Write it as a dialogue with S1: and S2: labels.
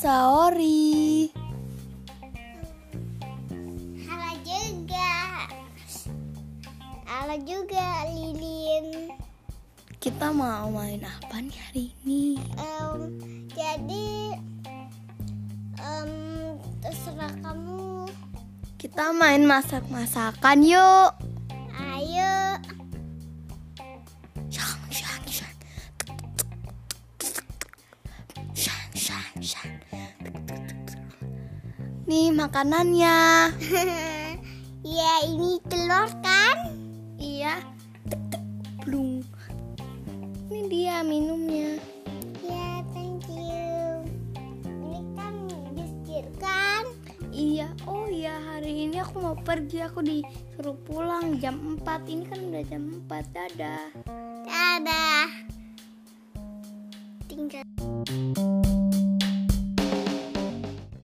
S1: Saori.
S2: Halo juga. Halo juga Lilin.
S1: Kita mau main apa nih hari ini?
S2: Em, jadi em, terserah kamu.
S1: Kita main masak-masakan yuk.
S2: Ayo.
S1: Shang, shang, shang. Shang, shang, shang. Nih makanannya.
S2: ya ini telur kan?
S1: Iya. Tek, tek, Blung. Ini dia minumnya.
S2: Ya thank you. Ini kan jus jeruk kan?
S1: Iya, oh iya hari ini aku mau pergi, aku disuruh pulang jam 4 Ini kan udah jam 4, dadah
S2: Dadah. Tinggal.